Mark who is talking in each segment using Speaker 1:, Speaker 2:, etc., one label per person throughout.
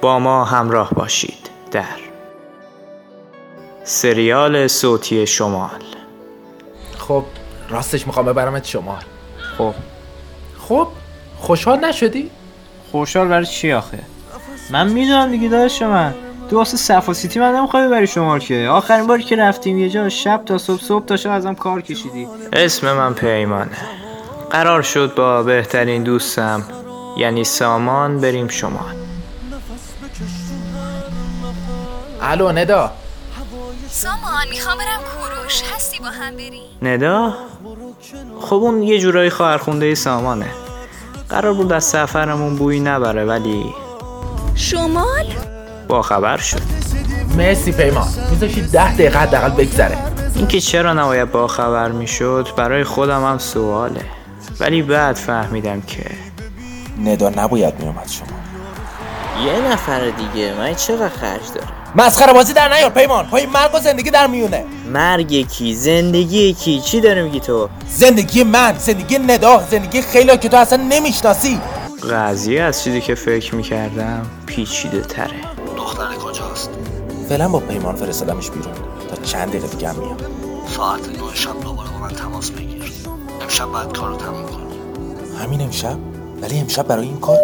Speaker 1: با ما همراه باشید در سریال صوتی شمال
Speaker 2: خب راستش میخوام ببرمت شما
Speaker 3: خب
Speaker 2: خب خوشحال نشدی؟
Speaker 3: خوشحال برای چی آخه من میدونم دیگه داداش من تو واسه صفا سیتی من نمیخوای ببری شما رو که آخرین باری که رفتیم یه جا شب تا صبح صبح تا شب ازم کار کشیدی
Speaker 1: اسم من پیمانه قرار شد با بهترین دوستم یعنی سامان بریم شمال
Speaker 2: الو ندا
Speaker 4: سامان میخوام برم کوروش هستی با هم بریم
Speaker 1: ندا خب اون یه جورایی خواهرخونده سامانه قرار بود از سفرمون بویی نبره ولی
Speaker 4: شمال
Speaker 1: با خبر شد
Speaker 2: مرسی پیمان میذاشی ده دقیقه حداقل بگذره
Speaker 1: اینکه چرا نباید با خبر میشد برای خودم هم سواله ولی بعد فهمیدم که
Speaker 5: ندا نباید میومد شما
Speaker 6: یه نفر دیگه من چقدر خرج داره
Speaker 5: مسخره بازی در نیار پیمان پای مرگ و زندگی در میونه
Speaker 6: مرگ کی زندگی کی چی داره میگی تو
Speaker 5: زندگی من زندگی ندا زندگی خیلی که تو اصلا نمیشناسی
Speaker 1: قضیه از چیزی که فکر میکردم پیچیده تره
Speaker 7: دختر کجاست
Speaker 5: فعلا با پیمان فرستادمش بیرون تا چند دقیقه دیگه هم میام
Speaker 7: ساعت نه شب دوباره با من تماس بگیر امشب باید کار رو تموم کنی
Speaker 5: همین امشب ولی امشب برای این کار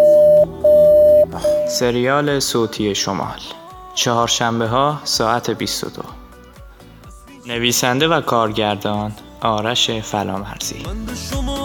Speaker 1: سریال صوتی شمال چهارشنبه ها ساعت 22 نویسنده و کارگردان آرش فلامرزی
Speaker 8: من به شما